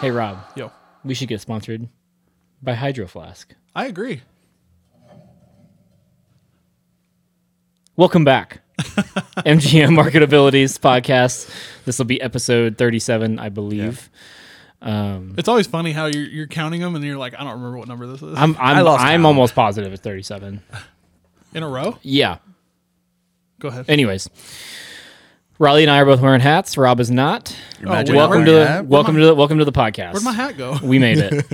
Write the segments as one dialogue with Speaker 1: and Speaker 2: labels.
Speaker 1: Hey Rob,
Speaker 2: Yo,
Speaker 1: we should get sponsored by Hydro Flask.
Speaker 2: I agree.
Speaker 1: Welcome back, MGM Marketabilities podcast. This will be episode thirty-seven, I believe. Um,
Speaker 2: It's always funny how you're, you're counting them and you're like, I don't remember what number this is.
Speaker 1: I'm I'm,
Speaker 3: lost
Speaker 1: I'm
Speaker 3: count.
Speaker 1: almost positive it's thirty-seven.
Speaker 2: In a row?
Speaker 1: Yeah.
Speaker 2: Go ahead.
Speaker 1: Anyways, Riley and I are both wearing hats. Rob is not.
Speaker 3: Your
Speaker 2: Oh,
Speaker 3: magic
Speaker 2: wait,
Speaker 1: Welcome
Speaker 3: wearing
Speaker 1: to the
Speaker 3: hat?
Speaker 1: welcome to the welcome to the podcast.
Speaker 2: Where'd my hat go?
Speaker 1: We made it.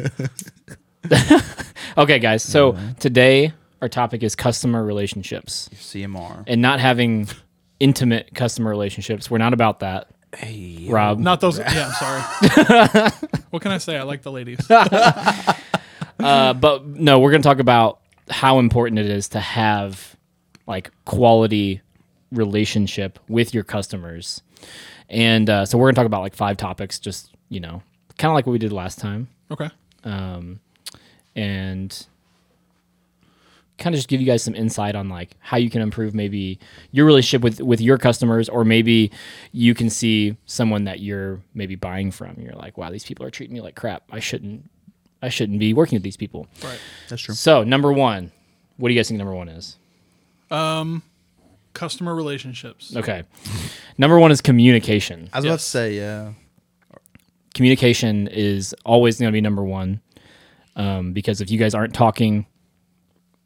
Speaker 1: okay, guys. So today our topic is customer relationships.
Speaker 3: CMR.
Speaker 1: and not having intimate customer relationships. We're not about that, Rob.
Speaker 2: Not those. Yeah, I'm sorry. what can I say? I like the ladies. I
Speaker 1: Uh, but no, we're going to talk about how important it is to have like quality relationship with your customers. And uh, so we're going to talk about like five topics, just, you know, kind of like what we did last time.
Speaker 2: Okay.
Speaker 1: Um, and kind of just give you guys some insight on like how you can improve maybe your relationship with with your customers or maybe you can see someone that you're maybe buying from you're like wow these people are treating me like crap i shouldn't i shouldn't be working with these people
Speaker 2: Right.
Speaker 3: That's true.
Speaker 1: so number one what do you guys think number one is
Speaker 2: Customer relationships.
Speaker 1: okay number one is communication
Speaker 3: I was about to say, yeah.
Speaker 1: communication is always going to be number one um, because if you guys aren't talking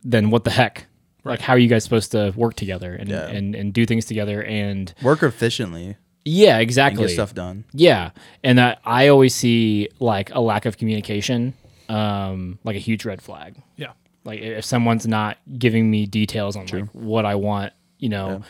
Speaker 1: then what the heck like how are you guys supposed to work together and,
Speaker 3: Yeah.
Speaker 1: and, and do things together and
Speaker 3: Work efficiently
Speaker 1: yeah
Speaker 3: and
Speaker 1: exactly
Speaker 3: get stuff done.
Speaker 1: yeah and I, I always see like a lack of communication um, like a huge red flag
Speaker 2: Yeah.
Speaker 1: like if someone's not giving me details on like what I want, you know.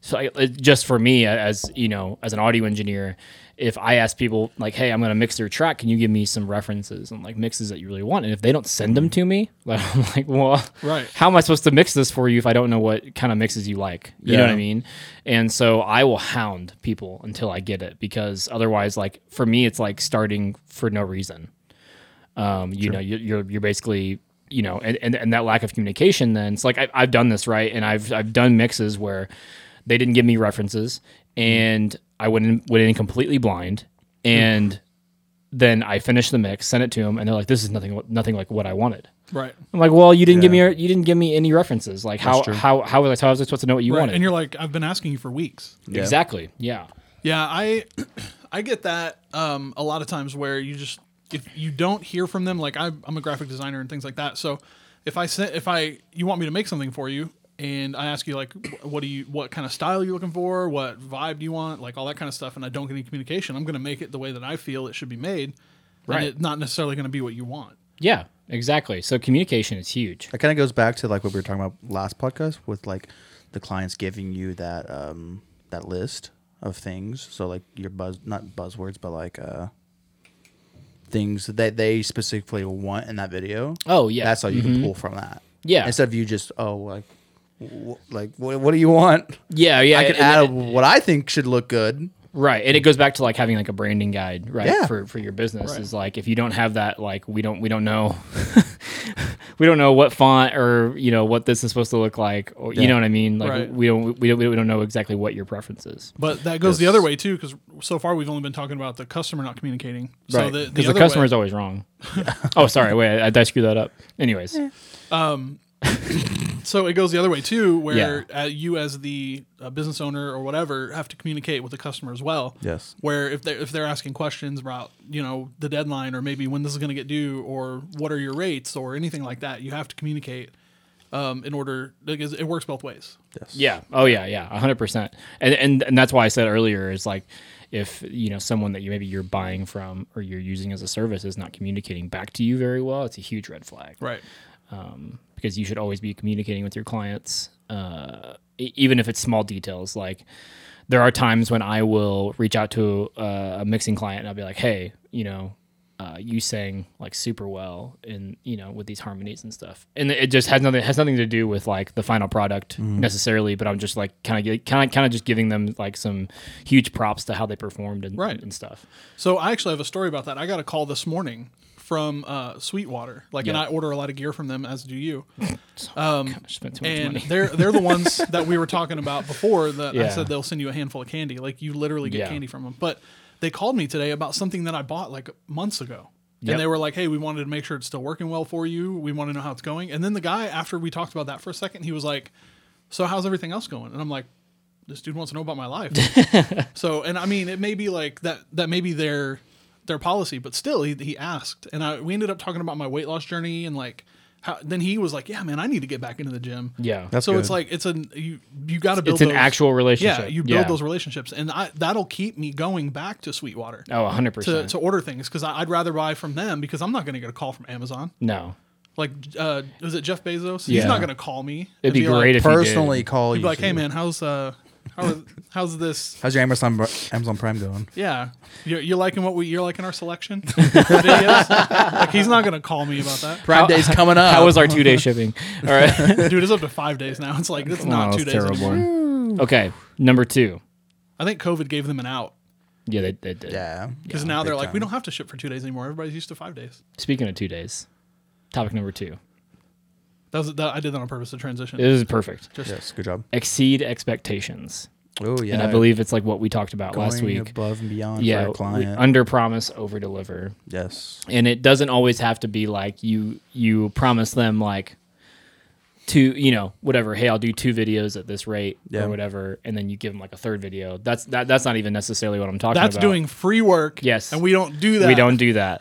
Speaker 1: So I, it, just for me as you know as an audio engineer, if I ask people like, "Hey, I'm going to mix their track. Can you give me some references and like mixes that you really want?" And if they don't send them to me, like, I'm like, "Well,
Speaker 2: Right.
Speaker 1: How am I supposed to mix this for you if I don't know what kind of mixes you like?" You know what I
Speaker 3: Yeah.
Speaker 1: mean? And so I will hound people until I get it because otherwise, like for me, it's like starting for no reason um, you know you- you're you're basically you know and, and, and that lack of communication then it's like I, i've done this right and i've i've done mixes where they didn't give me references and i went in, went in completely blind and then i finished the mix sent it to them and they're like this is nothing nothing like what i wanted
Speaker 2: Right.
Speaker 1: i'm like well you didn't give me
Speaker 3: Yeah.
Speaker 1: your- you didn't give me any references like how how how was i how was i supposed to know what you
Speaker 2: Right.
Speaker 1: wanted
Speaker 2: And you're like, I've been asking you for weeks.
Speaker 3: Yeah.
Speaker 1: exactly yeah
Speaker 2: Yeah, I I get that um, a lot of times where you just if you don't hear from them, like I'm, I'm a graphic designer and things like that. So if I sent if I you want me to make something for you and I ask you like wh- what do you what kind of style you're looking for, what vibe do you want, like all that kind of stuff, and I don't get any communication, I'm going to make it the way that I feel it should be made,
Speaker 1: Right.
Speaker 2: And it's not necessarily going to be what you want.
Speaker 1: yeah exactly so communication is huge
Speaker 3: That kind of goes back to like what we were talking about last podcast with like the clients giving you that um that list of things. So like your buzz not buzzwords, but like uh things that they specifically want in that video.
Speaker 1: Oh, yeah.
Speaker 3: That's all you can pull from that.
Speaker 1: Yeah.
Speaker 3: Instead of you just oh like wh- like what, what do you want?
Speaker 1: yeah yeah
Speaker 3: I can
Speaker 1: and-
Speaker 3: add what I think should look good.
Speaker 1: Right, and it goes back to like having like a branding guide, right,
Speaker 3: Yeah.
Speaker 1: for for your business.
Speaker 2: Right.
Speaker 1: Is like if you don't have that, like we don't we don't know, we don't know what font or you know what this is supposed to look like, or you
Speaker 3: Yeah.
Speaker 1: know what I mean. Like
Speaker 2: Right.
Speaker 1: we don't we don't we don't know exactly what your preference is.
Speaker 2: But that goes the other way too, because so far we've only been talking about the customer not communicating. So
Speaker 3: Right.
Speaker 2: the, the,
Speaker 1: Because the,
Speaker 2: other
Speaker 1: customer
Speaker 2: way-
Speaker 1: is always wrong. oh, sorry, wait, I, I screwed that up. Anyways,
Speaker 2: So it goes the other way too, where uh, you as the uh, business owner or whatever have to communicate with the customer as well.
Speaker 3: Yes.
Speaker 2: Where if they are if they're asking questions about you know the deadline or maybe when this is going to get due or what are your rates or anything like that, you have to communicate um, in order because it works both ways.
Speaker 3: Yes.
Speaker 1: Yeah. Oh yeah, yeah, a hundred percent. And and and that's why I said earlier is like if you know someone that you maybe you're buying from or you're using as a service is not communicating back to you very well, it's a huge red flag.
Speaker 2: Right.
Speaker 1: um, because you should always be communicating with your clients, uh, e- even if it's small details. Like there are times when I will reach out to uh, a mixing client and I'll be like, "Hey, you know, uh, you sang like super well in you know with these harmonies and stuff," and it just has nothing has nothing to do with like the final product
Speaker 2: Mm-hmm.
Speaker 1: necessarily. But I'm just like kind of kind of kind of just giving them like some huge props to how they performed and
Speaker 2: Right.
Speaker 1: and stuff.
Speaker 2: So I actually have a story about that. I got a call this morning from uh, Sweetwater, like, and
Speaker 1: Yeah.
Speaker 2: I order a lot of gear from them, as do you. Um,
Speaker 1: I spent too much
Speaker 2: and
Speaker 1: money.
Speaker 2: they're they're the ones that we were talking about before that I
Speaker 1: Yeah.
Speaker 2: said they'll send you a handful of candy. Like you literally get
Speaker 1: Yeah.
Speaker 2: candy from them, but they called me today about something that I bought like months ago.
Speaker 1: Yep.
Speaker 2: And they were like, hey, we wanted to make sure it's still working well for you. We want to know how it's going. And then the guy, after we talked about that for a second, he was like, so how's everything else going? And I'm like, this dude wants to know about my life. so, and I mean, it may be like that, that may be their, their policy, but still he, he asked. And I, we ended up talking about my weight loss journey and like, how, then he was like, yeah, man, I need to get back into the gym.
Speaker 1: Yeah.
Speaker 3: That's
Speaker 2: so it's
Speaker 3: good.
Speaker 2: like, it's an, you, you got to build
Speaker 1: it's an
Speaker 2: those-
Speaker 1: actual relationship.
Speaker 2: yeah, you build those relationships, and I, that'll keep me going back to Sweetwater
Speaker 1: Oh, 100%.
Speaker 2: to, to order things because I'd rather buy from them because I'm not going to get a call from Amazon.
Speaker 1: no.
Speaker 2: Like, uh, was it Jeff Bezos?
Speaker 1: Yeah.
Speaker 2: He's not going to call me.
Speaker 1: It'd be
Speaker 2: like-
Speaker 1: great if
Speaker 3: Personally,
Speaker 1: he did.
Speaker 3: call
Speaker 2: he'd
Speaker 3: you.
Speaker 2: be like, "Hey,
Speaker 3: see.
Speaker 2: man, how's uh, how are, how's this?
Speaker 3: How's your Amazon Amazon Prime going?
Speaker 2: Yeah, you're, you're liking what we you're liking our selection videos. Like, he's not going to call me about that,
Speaker 3: Prime Day's coming up.
Speaker 1: How was our two day shipping? All right.
Speaker 2: dude. It's up to five days now. It's like it's not
Speaker 1: Oh,
Speaker 2: two
Speaker 1: that's
Speaker 2: days. Anymore.
Speaker 1: Terrible. Okay. Number two.
Speaker 2: I think COVID gave them an out
Speaker 1: Yeah, they, they did.
Speaker 3: yeah.
Speaker 2: because now
Speaker 3: big
Speaker 2: they're like,
Speaker 3: time.
Speaker 2: we don't have to ship for two days anymore. Everybody's used to five days.
Speaker 1: Speaking of two days, topic number two.
Speaker 2: That was that, I did that on purpose to transition.
Speaker 1: This is perfect.
Speaker 3: Yes, good job.
Speaker 1: Exceed expectations.
Speaker 3: Oh yeah.
Speaker 1: And I believe it's like what we talked about
Speaker 3: going
Speaker 1: last week.
Speaker 3: above and beyond
Speaker 1: Yeah.
Speaker 3: for our client.
Speaker 1: Under promise, over deliver.
Speaker 3: yes.
Speaker 1: and it doesn't always have to be like you you promise them like two you know whatever hey i'll do two videos at this rate
Speaker 3: Yeah.
Speaker 1: or whatever and then you give them like a third video that's that, that's not even necessarily what i'm talking
Speaker 2: That's
Speaker 1: about
Speaker 2: doing free work.
Speaker 1: Yes.
Speaker 2: And we don't do that.
Speaker 1: we don't do that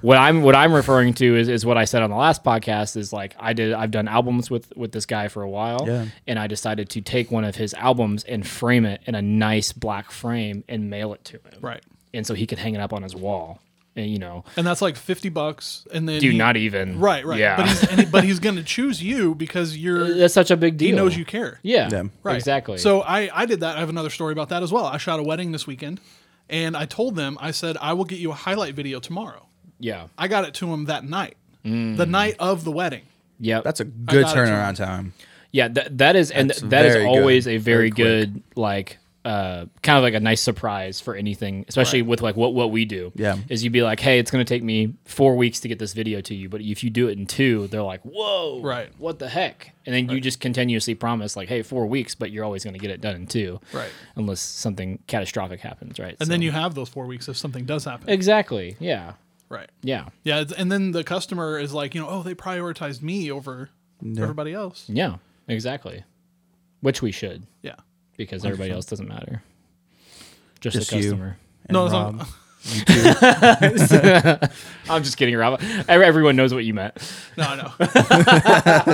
Speaker 1: what i'm what i'm referring to is, is what i said on the last podcast is like i did i've done albums with with this guy for a while
Speaker 3: Yeah.
Speaker 1: and i decided to take one of his albums and frame it in a nice black frame and mail it to him
Speaker 2: Right.
Speaker 1: and so he could hang it up on his wall and you know
Speaker 2: And that's like 50 bucks. And then.
Speaker 1: do
Speaker 2: he-
Speaker 1: not even
Speaker 2: Right, right.
Speaker 1: yeah
Speaker 2: But he's, and he- but he's going to choose you because you're.
Speaker 1: that's such a big deal.
Speaker 2: He knows you care.
Speaker 1: Yeah.
Speaker 3: Yeah.
Speaker 2: Right.
Speaker 1: Exactly.
Speaker 2: So I, I did that. I have another story about that as well. I shot a wedding this weekend and I told them, I said, I will get you a highlight video tomorrow.
Speaker 1: yeah.
Speaker 2: I got it to him that night, the night of the wedding.
Speaker 1: Yeah.
Speaker 3: That's a good
Speaker 2: got it, John.
Speaker 3: turnaround time.
Speaker 1: yeah. That, that is and
Speaker 3: That's
Speaker 1: that is
Speaker 3: very
Speaker 1: always
Speaker 3: good.
Speaker 1: a very,
Speaker 3: Very
Speaker 1: good like uh kind of like a nice surprise for anything, especially with like what what we do.
Speaker 3: Yeah.
Speaker 1: Is you'd be like, hey, it's gonna take me four weeks to get this video to you, but if you do it in two, they're like, whoa,
Speaker 2: Right.
Speaker 1: What the heck? And then you just continuously promise like, hey, four weeks, but you're always gonna get it done in two,
Speaker 2: Right.
Speaker 1: Unless something catastrophic happens, right?
Speaker 2: And then you have those four weeks if something does happen.
Speaker 1: exactly, yeah,
Speaker 2: right.
Speaker 1: yeah,
Speaker 2: Yeah. it's- And then the customer is like, you know, oh, they prioritized me over everybody else.
Speaker 1: yeah, exactly. Which we should.
Speaker 2: Yeah.
Speaker 1: because everybody else doesn't matter. Just,
Speaker 3: Just
Speaker 1: the
Speaker 3: you.
Speaker 1: customer.
Speaker 3: And
Speaker 2: No, it's not-
Speaker 3: Rob, you too.
Speaker 1: I'm just kidding, Rob. Ev- Everyone knows what you meant.
Speaker 2: No, I know.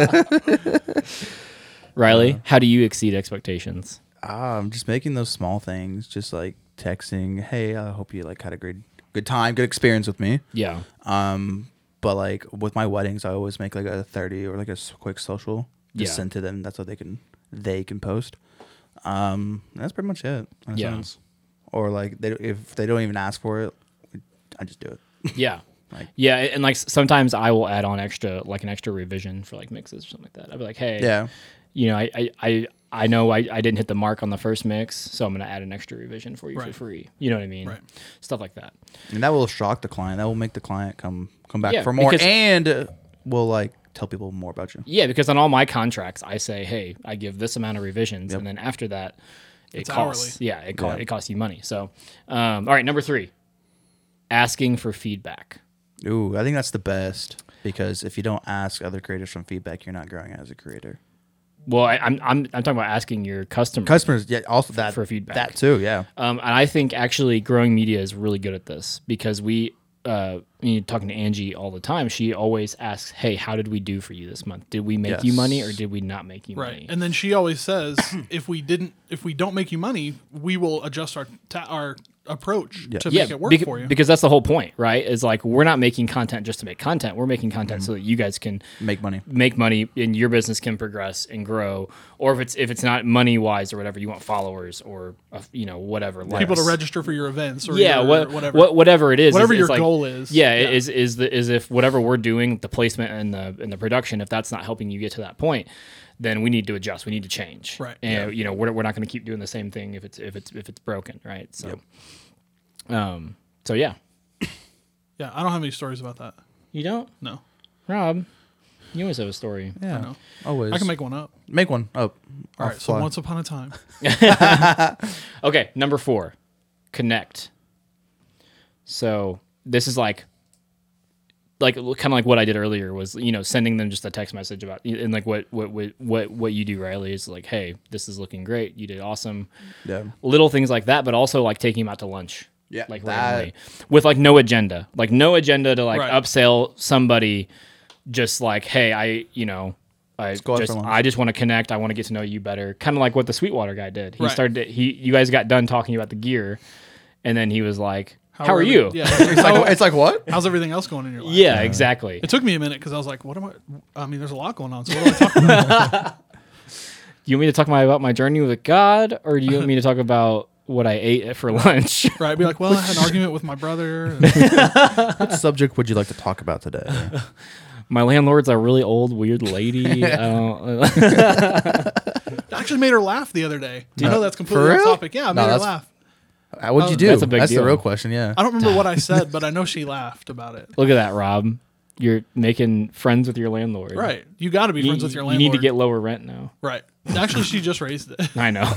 Speaker 1: Riley, how do you exceed expectations?
Speaker 3: um, just making those small things, just like texting, "Hey, I hope you like had a good good time, good experience with me."
Speaker 1: Yeah.
Speaker 3: Um, but like with my weddings, I always make like a thirty or like a s- quick social just
Speaker 1: Yeah.
Speaker 3: send to them. That's what they can they can post. Um, and that's pretty much it. in a
Speaker 1: Yeah.
Speaker 3: sense. Or like they if they don't even ask for it, I just do it.
Speaker 1: Yeah.
Speaker 3: Like-
Speaker 1: yeah, and like s- sometimes I will add on extra, like an extra revision for like mixes or something like that. I'll be like, hey,
Speaker 3: Yeah.
Speaker 1: you know, I I I, I know I, I didn't hit the mark on the first mix, so I'm gonna add an extra revision for you for
Speaker 2: Right.
Speaker 1: free. You know what I mean?
Speaker 2: Right.
Speaker 1: Stuff like that.
Speaker 3: And that will shock the client. That will make the client come come back
Speaker 1: Yeah,
Speaker 3: for more
Speaker 1: because-
Speaker 3: and uh, will like tell people more about you.
Speaker 1: Yeah, because on all my contracts, I say, hey, I give this amount of revisions, and then after that, it
Speaker 2: It's
Speaker 1: costs. Yeah, it co- it costs you money. So, um, all right, number three, asking for feedback.
Speaker 3: Ooh, I think that's the best because if you don't ask other creators from feedback, you're not growing as a creator.
Speaker 1: Well, I, I'm I'm I'm talking about asking your customer.
Speaker 3: Customers, yeah, also that
Speaker 1: for feedback.
Speaker 3: That too, yeah.
Speaker 1: Um, and I think actually growing media is really good at this because we, uh, you know, talking to Angie all the time, she always asks, "Hey, how did we do for you this month? Did we make you money or
Speaker 3: Yes.
Speaker 1: did we not make you
Speaker 2: Right.
Speaker 1: money?"
Speaker 2: And then she always says, if we didn't, if we don't make you money, we will adjust our ta- our approach to make it work
Speaker 1: beca-
Speaker 2: for you.
Speaker 1: because that's the whole point, right? Is like we're not making content just to make content. We're making content so that you guys can
Speaker 3: Make money.
Speaker 1: make money and your business can progress and grow. Or if it's if it's not money wise or whatever, you want followers or uh, you know whatever.
Speaker 2: People to
Speaker 1: likes.
Speaker 2: register for your events or
Speaker 1: Yeah,
Speaker 2: your
Speaker 1: what,
Speaker 2: whatever.
Speaker 1: whatever. What, whatever it is,
Speaker 2: Whatever
Speaker 1: is-
Speaker 2: your
Speaker 1: is like-
Speaker 2: goal is.
Speaker 1: Yeah,
Speaker 2: Yeah.
Speaker 1: is is the is if whatever we're doing, the placement and the and the production, if that's not helping you get to that point, then we need to adjust. We need to change.
Speaker 2: Right.
Speaker 1: And you know, we're, we're not going to keep doing the same thing if it's if it's if it's broken, right? So, um, so yeah,
Speaker 2: yeah, I don't have any stories about that.
Speaker 1: you don't.
Speaker 2: No.
Speaker 1: Rob, you always have a story.
Speaker 3: Yeah.
Speaker 2: know.
Speaker 3: Always.
Speaker 2: I can make one up.
Speaker 3: make one up.
Speaker 2: All right. So once upon a time.
Speaker 1: Okay, number four, connect. So this is like like kind of like what I did earlier was you know sending them just a text message about and like what what what what, what you do Riley is like hey this is looking great you did awesome
Speaker 3: Yeah.
Speaker 1: little things like that but also like taking them out to lunch
Speaker 3: Yeah,
Speaker 1: like
Speaker 3: that-
Speaker 1: randomly with like no agenda like no agenda to like
Speaker 2: Right.
Speaker 1: upsell somebody just like hey I you know I
Speaker 3: go out
Speaker 1: just
Speaker 3: for lunch.
Speaker 1: I just want to connect I want to get to know you better kind of like what the Sweetwater guy did he
Speaker 2: Right.
Speaker 1: started to, he you guys got done talking about the gear and then he was like how, are
Speaker 2: every-
Speaker 1: you
Speaker 2: Yeah. it's like,
Speaker 3: it's like what?
Speaker 2: how's everything else going in your life?
Speaker 1: yeah exactly
Speaker 2: It took me a minute because I was like, what am I? I mean, there's a lot going on. So what do I talk about?
Speaker 1: you want me to talk my, about my journey with God, or do you want me to talk about what I ate for lunch?
Speaker 2: right? I'd be like, well, I had an argument with my brother. and-
Speaker 3: What subject would you like to talk about today?
Speaker 1: my landlord's a really old, weird lady. I don't,
Speaker 2: I actually made her laugh the other day. I know that's completely
Speaker 3: For
Speaker 2: off
Speaker 3: real?
Speaker 2: topic. Yeah, I made
Speaker 3: No,
Speaker 2: her
Speaker 3: that's-
Speaker 2: laugh.
Speaker 3: Uh, What'd you do?
Speaker 1: That's a big
Speaker 3: the
Speaker 1: deal.
Speaker 3: real question. Yeah.
Speaker 2: I don't remember what I said, but I know she laughed about it.
Speaker 1: look at that, Rob. You're making friends with your landlord.
Speaker 2: Right. You got to be
Speaker 1: You,
Speaker 2: friends with your
Speaker 1: you
Speaker 2: landlord.
Speaker 1: need to get Oh, lower rent now.
Speaker 2: Right. Actually, she just raised it.
Speaker 1: I know.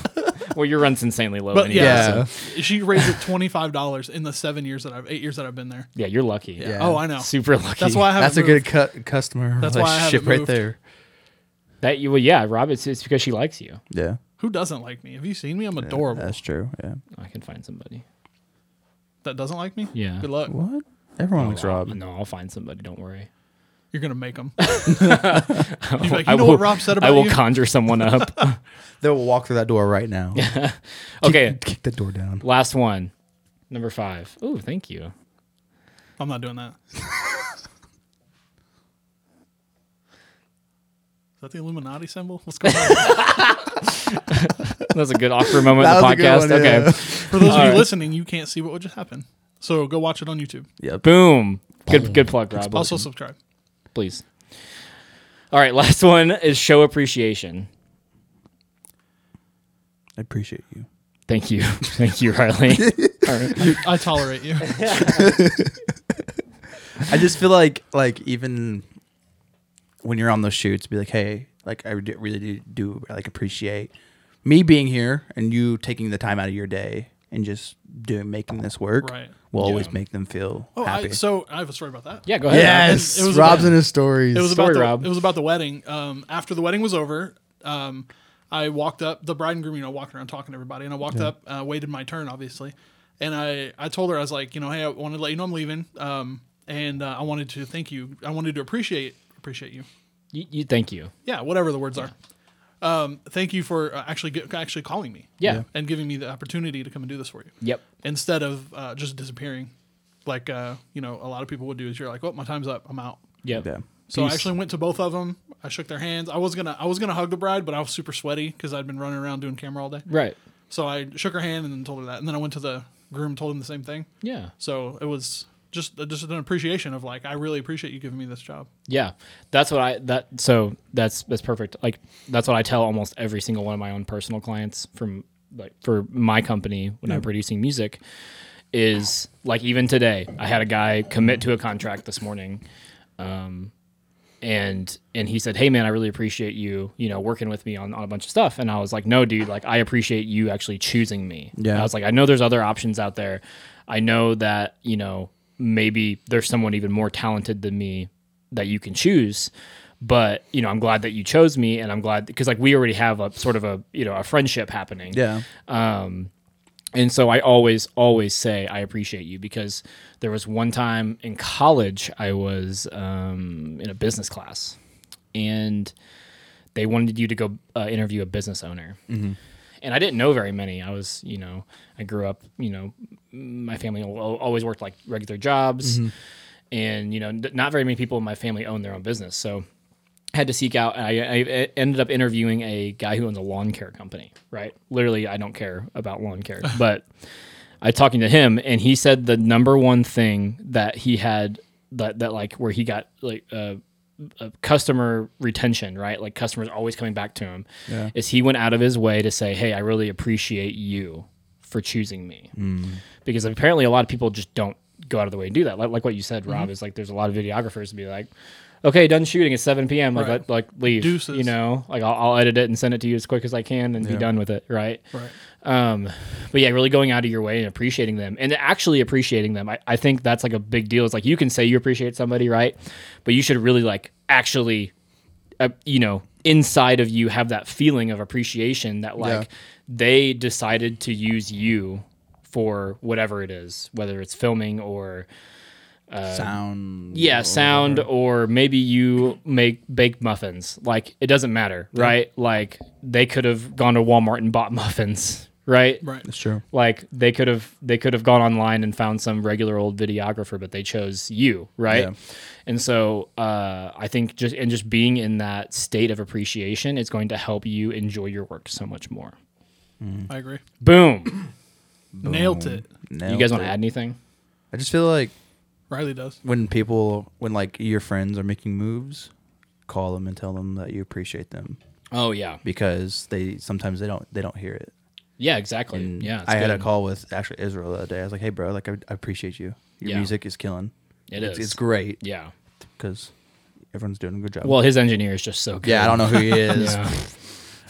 Speaker 1: well, your rent's insanely low.
Speaker 2: But
Speaker 1: anyway,
Speaker 2: yeah,
Speaker 1: so-
Speaker 2: so she raised it twenty five dollars in the seven years that I've eight years that I've been there.
Speaker 1: yeah, you're lucky.
Speaker 3: Yeah.
Speaker 2: Oh, I know.
Speaker 1: Super lucky.
Speaker 2: That's why I haven't.
Speaker 3: That's a
Speaker 2: moved.
Speaker 3: good cut customer
Speaker 2: That's why I
Speaker 3: relationship
Speaker 2: haven't
Speaker 3: right
Speaker 2: moved.
Speaker 3: there.
Speaker 1: That you. Well, yeah, Rob. It's, it's because she likes you.
Speaker 3: Yeah.
Speaker 2: Who doesn't like me? Have you seen me? I'm adorable.
Speaker 3: That's true. Yeah.
Speaker 1: I can find somebody.
Speaker 2: that doesn't like me.
Speaker 1: Yeah.
Speaker 2: Good luck.
Speaker 3: What? Everyone likes
Speaker 1: I'll-
Speaker 3: Rob.
Speaker 1: Oh, No, I'll find somebody. Don't worry.
Speaker 2: You're gonna make them. you like,
Speaker 1: I
Speaker 2: you know
Speaker 1: will-
Speaker 2: what Rob said about
Speaker 1: I will
Speaker 2: you?
Speaker 1: conjure someone up.
Speaker 3: They'll walk through that door right now.
Speaker 1: okay.
Speaker 3: Kick that door down.
Speaker 1: Last one, number five. Oh, thank you.
Speaker 2: I'm not doing that. Is that the Illuminati symbol? What's going on?
Speaker 1: That's a good awkward moment in
Speaker 3: That
Speaker 1: the
Speaker 3: was a good
Speaker 1: podcast.
Speaker 3: one,
Speaker 1: okay.
Speaker 3: yeah.
Speaker 2: For those of you listening, you can't see what would just happen. So go watch it on YouTube.
Speaker 3: Yep.
Speaker 1: Boom. Good good plug, Rob.
Speaker 2: Also subscribe.
Speaker 1: please. All right, last one is show appreciation.
Speaker 3: I appreciate you.
Speaker 1: Thank you. Thank you, Riley.
Speaker 2: I tolerate you.
Speaker 3: I just feel like like even when you're on those shoots, be like, hey, like I do- really do, do like appreciate me being here and you taking the time out of your day and just doing making this work.
Speaker 2: Right.
Speaker 3: Will always
Speaker 1: Yeah.
Speaker 3: make them feel
Speaker 2: Oh,
Speaker 3: happy.
Speaker 2: I, so I have a story about that.
Speaker 1: yeah, go ahead. Rob.
Speaker 2: Yes! it was Rob's about- in
Speaker 3: his stories.
Speaker 2: It was
Speaker 1: Story,
Speaker 2: about the,
Speaker 1: Rob.
Speaker 2: it was about the wedding. Um, after the wedding was over, um, I walked up. The bride and groom, you know, walking around talking to everybody, and I walked up, uh, waited my turn, obviously, and I I told her I was like, you know, hey, I wanted to let you know I'm leaving, um, and uh, I wanted to thank you. I wanted to appreciate appreciate you.
Speaker 1: You, you- thank you.
Speaker 2: Yeah, whatever the words are. Um, thank you for uh, actually get, actually calling me.
Speaker 1: Yeah. Yeah.
Speaker 2: and giving me the opportunity to come and do this for you
Speaker 1: Yep.
Speaker 2: instead of uh, just disappearing, like uh, you know, a lot of people would do. Is you're like, oh, my time's up, I'm out.
Speaker 1: Yep.
Speaker 3: Yeah.
Speaker 2: So
Speaker 1: Peace.
Speaker 2: I actually went to both of them. I shook their hands. I was gonna I was gonna hug the bride, but I was super sweaty because I'd been running around doing camera all day.
Speaker 1: Right.
Speaker 2: So I shook her hand and then told her that, and then I went to the groom, told him the same thing.
Speaker 1: Yeah.
Speaker 2: So it was just uh, just an appreciation of like I really appreciate you giving me this job.
Speaker 1: Yeah. That's what I that so that's that's perfect. Like that's what I tell almost every single one of my own personal clients from like for my company when I'm producing music is like even today I had a guy commit to a contract this morning um, and and he said, "Hey man, I really appreciate you, you know, working with me on, on a bunch of stuff." And I was like, "No, dude, like I appreciate you actually choosing me."
Speaker 3: Yeah.
Speaker 1: And I was like, "I know there's other options out there. I know that, you know, maybe there's someone even more talented than me that you can choose, but, you know, I'm glad that you chose me and I'm glad because like we already have a sort of a, you know, a friendship happening."
Speaker 3: Yeah.
Speaker 1: And so I always, always say I appreciate you because there was one time in college I was um, in a business class and they wanted you to go uh, interview a business owner. And I didn't know very many. I was, you know, I grew up, you know, m- my family al- always worked like regular jobs. And, you know, n- not very many people in my family own their own business. So had to seek out. I, I ended up interviewing a guy who owns a lawn care company. Right, literally, I don't care about lawn care, but I talking to him, and he said the number one thing that he had that that like where he got like uh, uh, customer retention, right? Like customers always coming back to him.
Speaker 3: Yeah.
Speaker 1: Is he went out of his way to say, "Hey, I really appreciate you for choosing me," because apparently a lot of people just don't go out of the way and do that. Like, like what you said, Rob, is like there's a lot of videographers to be like. okay, done shooting at 7 p.m. Like,
Speaker 2: Right.
Speaker 1: let- like leave.
Speaker 2: Deuces.
Speaker 1: You know, like I'll, I'll edit it and send it to you as quick as I can and be done with it. Right.
Speaker 2: Right.
Speaker 1: Um, but yeah, really going out of your way and appreciating them and actually appreciating them. I, I think that's like a big deal. It's like you can say you appreciate somebody, right? But you should really like actually, uh, you know, inside of you have that feeling of appreciation that like they decided to use you for whatever it is, whether it's filming or
Speaker 3: sound.
Speaker 1: Uh, yeah, sound or maybe you make baked muffins. Like it doesn't matter, right? Like they could have gone to Walmart and bought muffins, right?
Speaker 2: Right.
Speaker 3: That's true.
Speaker 1: Like they could have they could have gone online and found some regular old videographer, but they chose you, right?
Speaker 3: Yeah.
Speaker 1: And so uh, I think just and just being in that state of appreciation is going to help you enjoy your work so much more.
Speaker 2: I agree.
Speaker 1: Boom.
Speaker 2: Nailed it.
Speaker 1: you
Speaker 3: Nailed
Speaker 1: guys want
Speaker 3: it.
Speaker 1: to add anything?
Speaker 3: I just feel like
Speaker 2: Riley does.
Speaker 3: when people, when like your friends are making moves, call them and tell them that you appreciate them
Speaker 1: Oh yeah,
Speaker 3: because they sometimes they don't they don't hear it.
Speaker 1: Oh, yeah, exactly. yeah, it's
Speaker 3: Mm. I had a
Speaker 1: good.
Speaker 3: call with actually Israel the other day. I was like, "Hey, bro, like I, I appreciate you. Your
Speaker 1: Yeah.
Speaker 3: music is killing.
Speaker 1: It
Speaker 3: it's,
Speaker 1: is.
Speaker 3: It's great
Speaker 1: Yeah.
Speaker 3: because everyone's doing a good job.
Speaker 1: Well, his engineer is just so good.
Speaker 3: yeah, I don't know who he is,
Speaker 1: Yeah.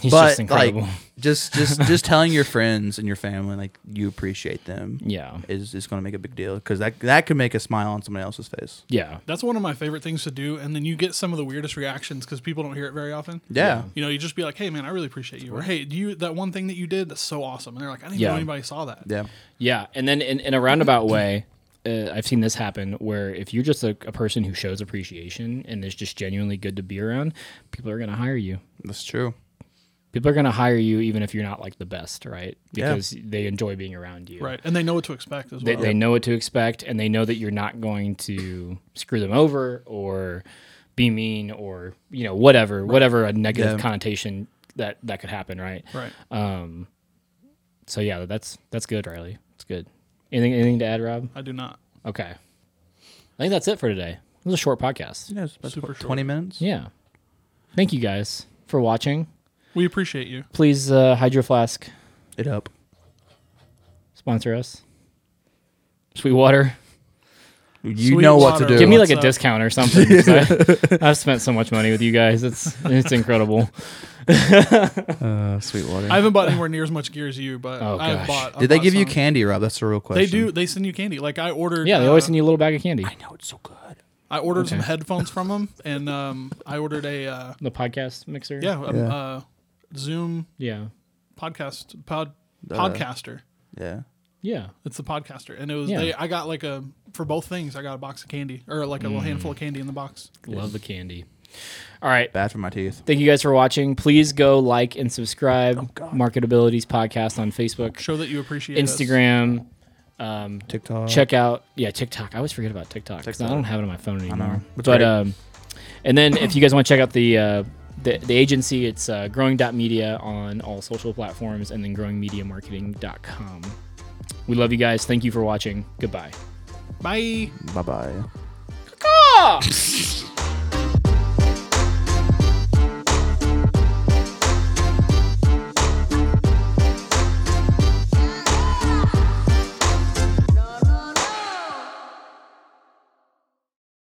Speaker 1: He's
Speaker 3: but
Speaker 1: just incredible.
Speaker 3: like just just just telling your friends and your family like you appreciate them.
Speaker 1: yeah.
Speaker 3: is is going to make a big deal because that that could make a smile on somebody else's face.
Speaker 1: Yeah.
Speaker 2: That's one of my favorite things to do. And then you get some of the weirdest reactions because people don't hear it very often.
Speaker 3: Yeah.
Speaker 2: You know, you just be like, "Hey, man, I really appreciate you," or "Hey, do you that one thing that you did? That's so awesome." And they're like, "I didn't even
Speaker 1: Yeah.
Speaker 2: know anybody saw that."
Speaker 3: Yeah.
Speaker 1: Yeah. And then in, in a roundabout way, uh, I've seen this happen where if you're just a, a person who shows appreciation and is just genuinely good to be around, people are going to hire you.
Speaker 3: that's true.
Speaker 1: People are going to hire you even if you're not like the best, right?
Speaker 3: Yeah.
Speaker 1: Because they enjoy being around you.
Speaker 2: Right. And they know what to expect as
Speaker 1: They,
Speaker 2: well.
Speaker 1: they know what to expect and they know that you're not going to screw them over or be mean or, you know, whatever, whatever a negative
Speaker 3: Yeah.
Speaker 1: connotation that that could happen, right?
Speaker 2: right.
Speaker 1: Um, so yeah, that's that's good, Riley. It's good. Anything anything to add, Rob?
Speaker 2: I do not.
Speaker 1: Okay, I think that's it for today. It was a short podcast.
Speaker 3: Yeah, it's about
Speaker 2: Super
Speaker 3: tw- 20 minutes.
Speaker 1: Yeah. Thank you guys for watching.
Speaker 2: We appreciate you.
Speaker 1: Please, uh, Hydro Flask
Speaker 3: It up.
Speaker 1: sponsor us. Sweetwater,
Speaker 3: You
Speaker 2: Sweet
Speaker 3: know what to
Speaker 2: water.
Speaker 3: do.
Speaker 1: give me like a
Speaker 2: what's up?
Speaker 1: discount or something. 'cause I, have spent so much money with you guys; it's it's incredible.
Speaker 3: uh, sweet water.
Speaker 2: I haven't bought anywhere near as much gear as you, but
Speaker 1: Oh,
Speaker 2: I've
Speaker 1: gosh.
Speaker 2: bought. I've
Speaker 3: Did they
Speaker 2: bought
Speaker 3: give you
Speaker 2: some.
Speaker 3: candy, Rob? That's the real question.
Speaker 2: They do. They send you candy. Like I ordered.
Speaker 1: Yeah, they
Speaker 2: uh,
Speaker 1: always send you a little bag of candy.
Speaker 3: I know it's so good.
Speaker 2: I ordered some headphones from them, and um, I ordered a uh,
Speaker 1: The podcast mixer.
Speaker 2: yeah, a,
Speaker 3: Yeah.
Speaker 2: Uh, Zoom
Speaker 1: yeah,
Speaker 2: podcast pod
Speaker 3: Uh,
Speaker 2: podcaster.
Speaker 3: Yeah.
Speaker 1: yeah.
Speaker 2: It's the podcaster, and it was.
Speaker 1: Yeah.
Speaker 2: They, I got like a for both things. I got a box of candy or like a
Speaker 3: Hmm.
Speaker 2: little handful of candy in the box.
Speaker 1: Love the candy. All right.
Speaker 3: Bad for my teeth.
Speaker 1: Thank you guys for watching. Please go like and subscribe.
Speaker 2: Oh,
Speaker 3: God.
Speaker 1: Marketabilities podcast on Facebook,
Speaker 2: Show that you appreciate us.
Speaker 1: Instagram. Um,
Speaker 3: TikTok.
Speaker 1: check out yeah TikTok. I always forget about TikTok 'cause I
Speaker 3: Uh, TikTok.
Speaker 1: don't have it on my phone anymore.
Speaker 3: It's
Speaker 1: But
Speaker 3: great.
Speaker 1: um, and then if you guys want to check out the uh, the, the agency, it's uh, growing.media on all social platforms, and then growingmediamarketing.com. We love you guys. Thank you for watching. Goodbye.
Speaker 2: Bye.
Speaker 3: Ah! Bye bye.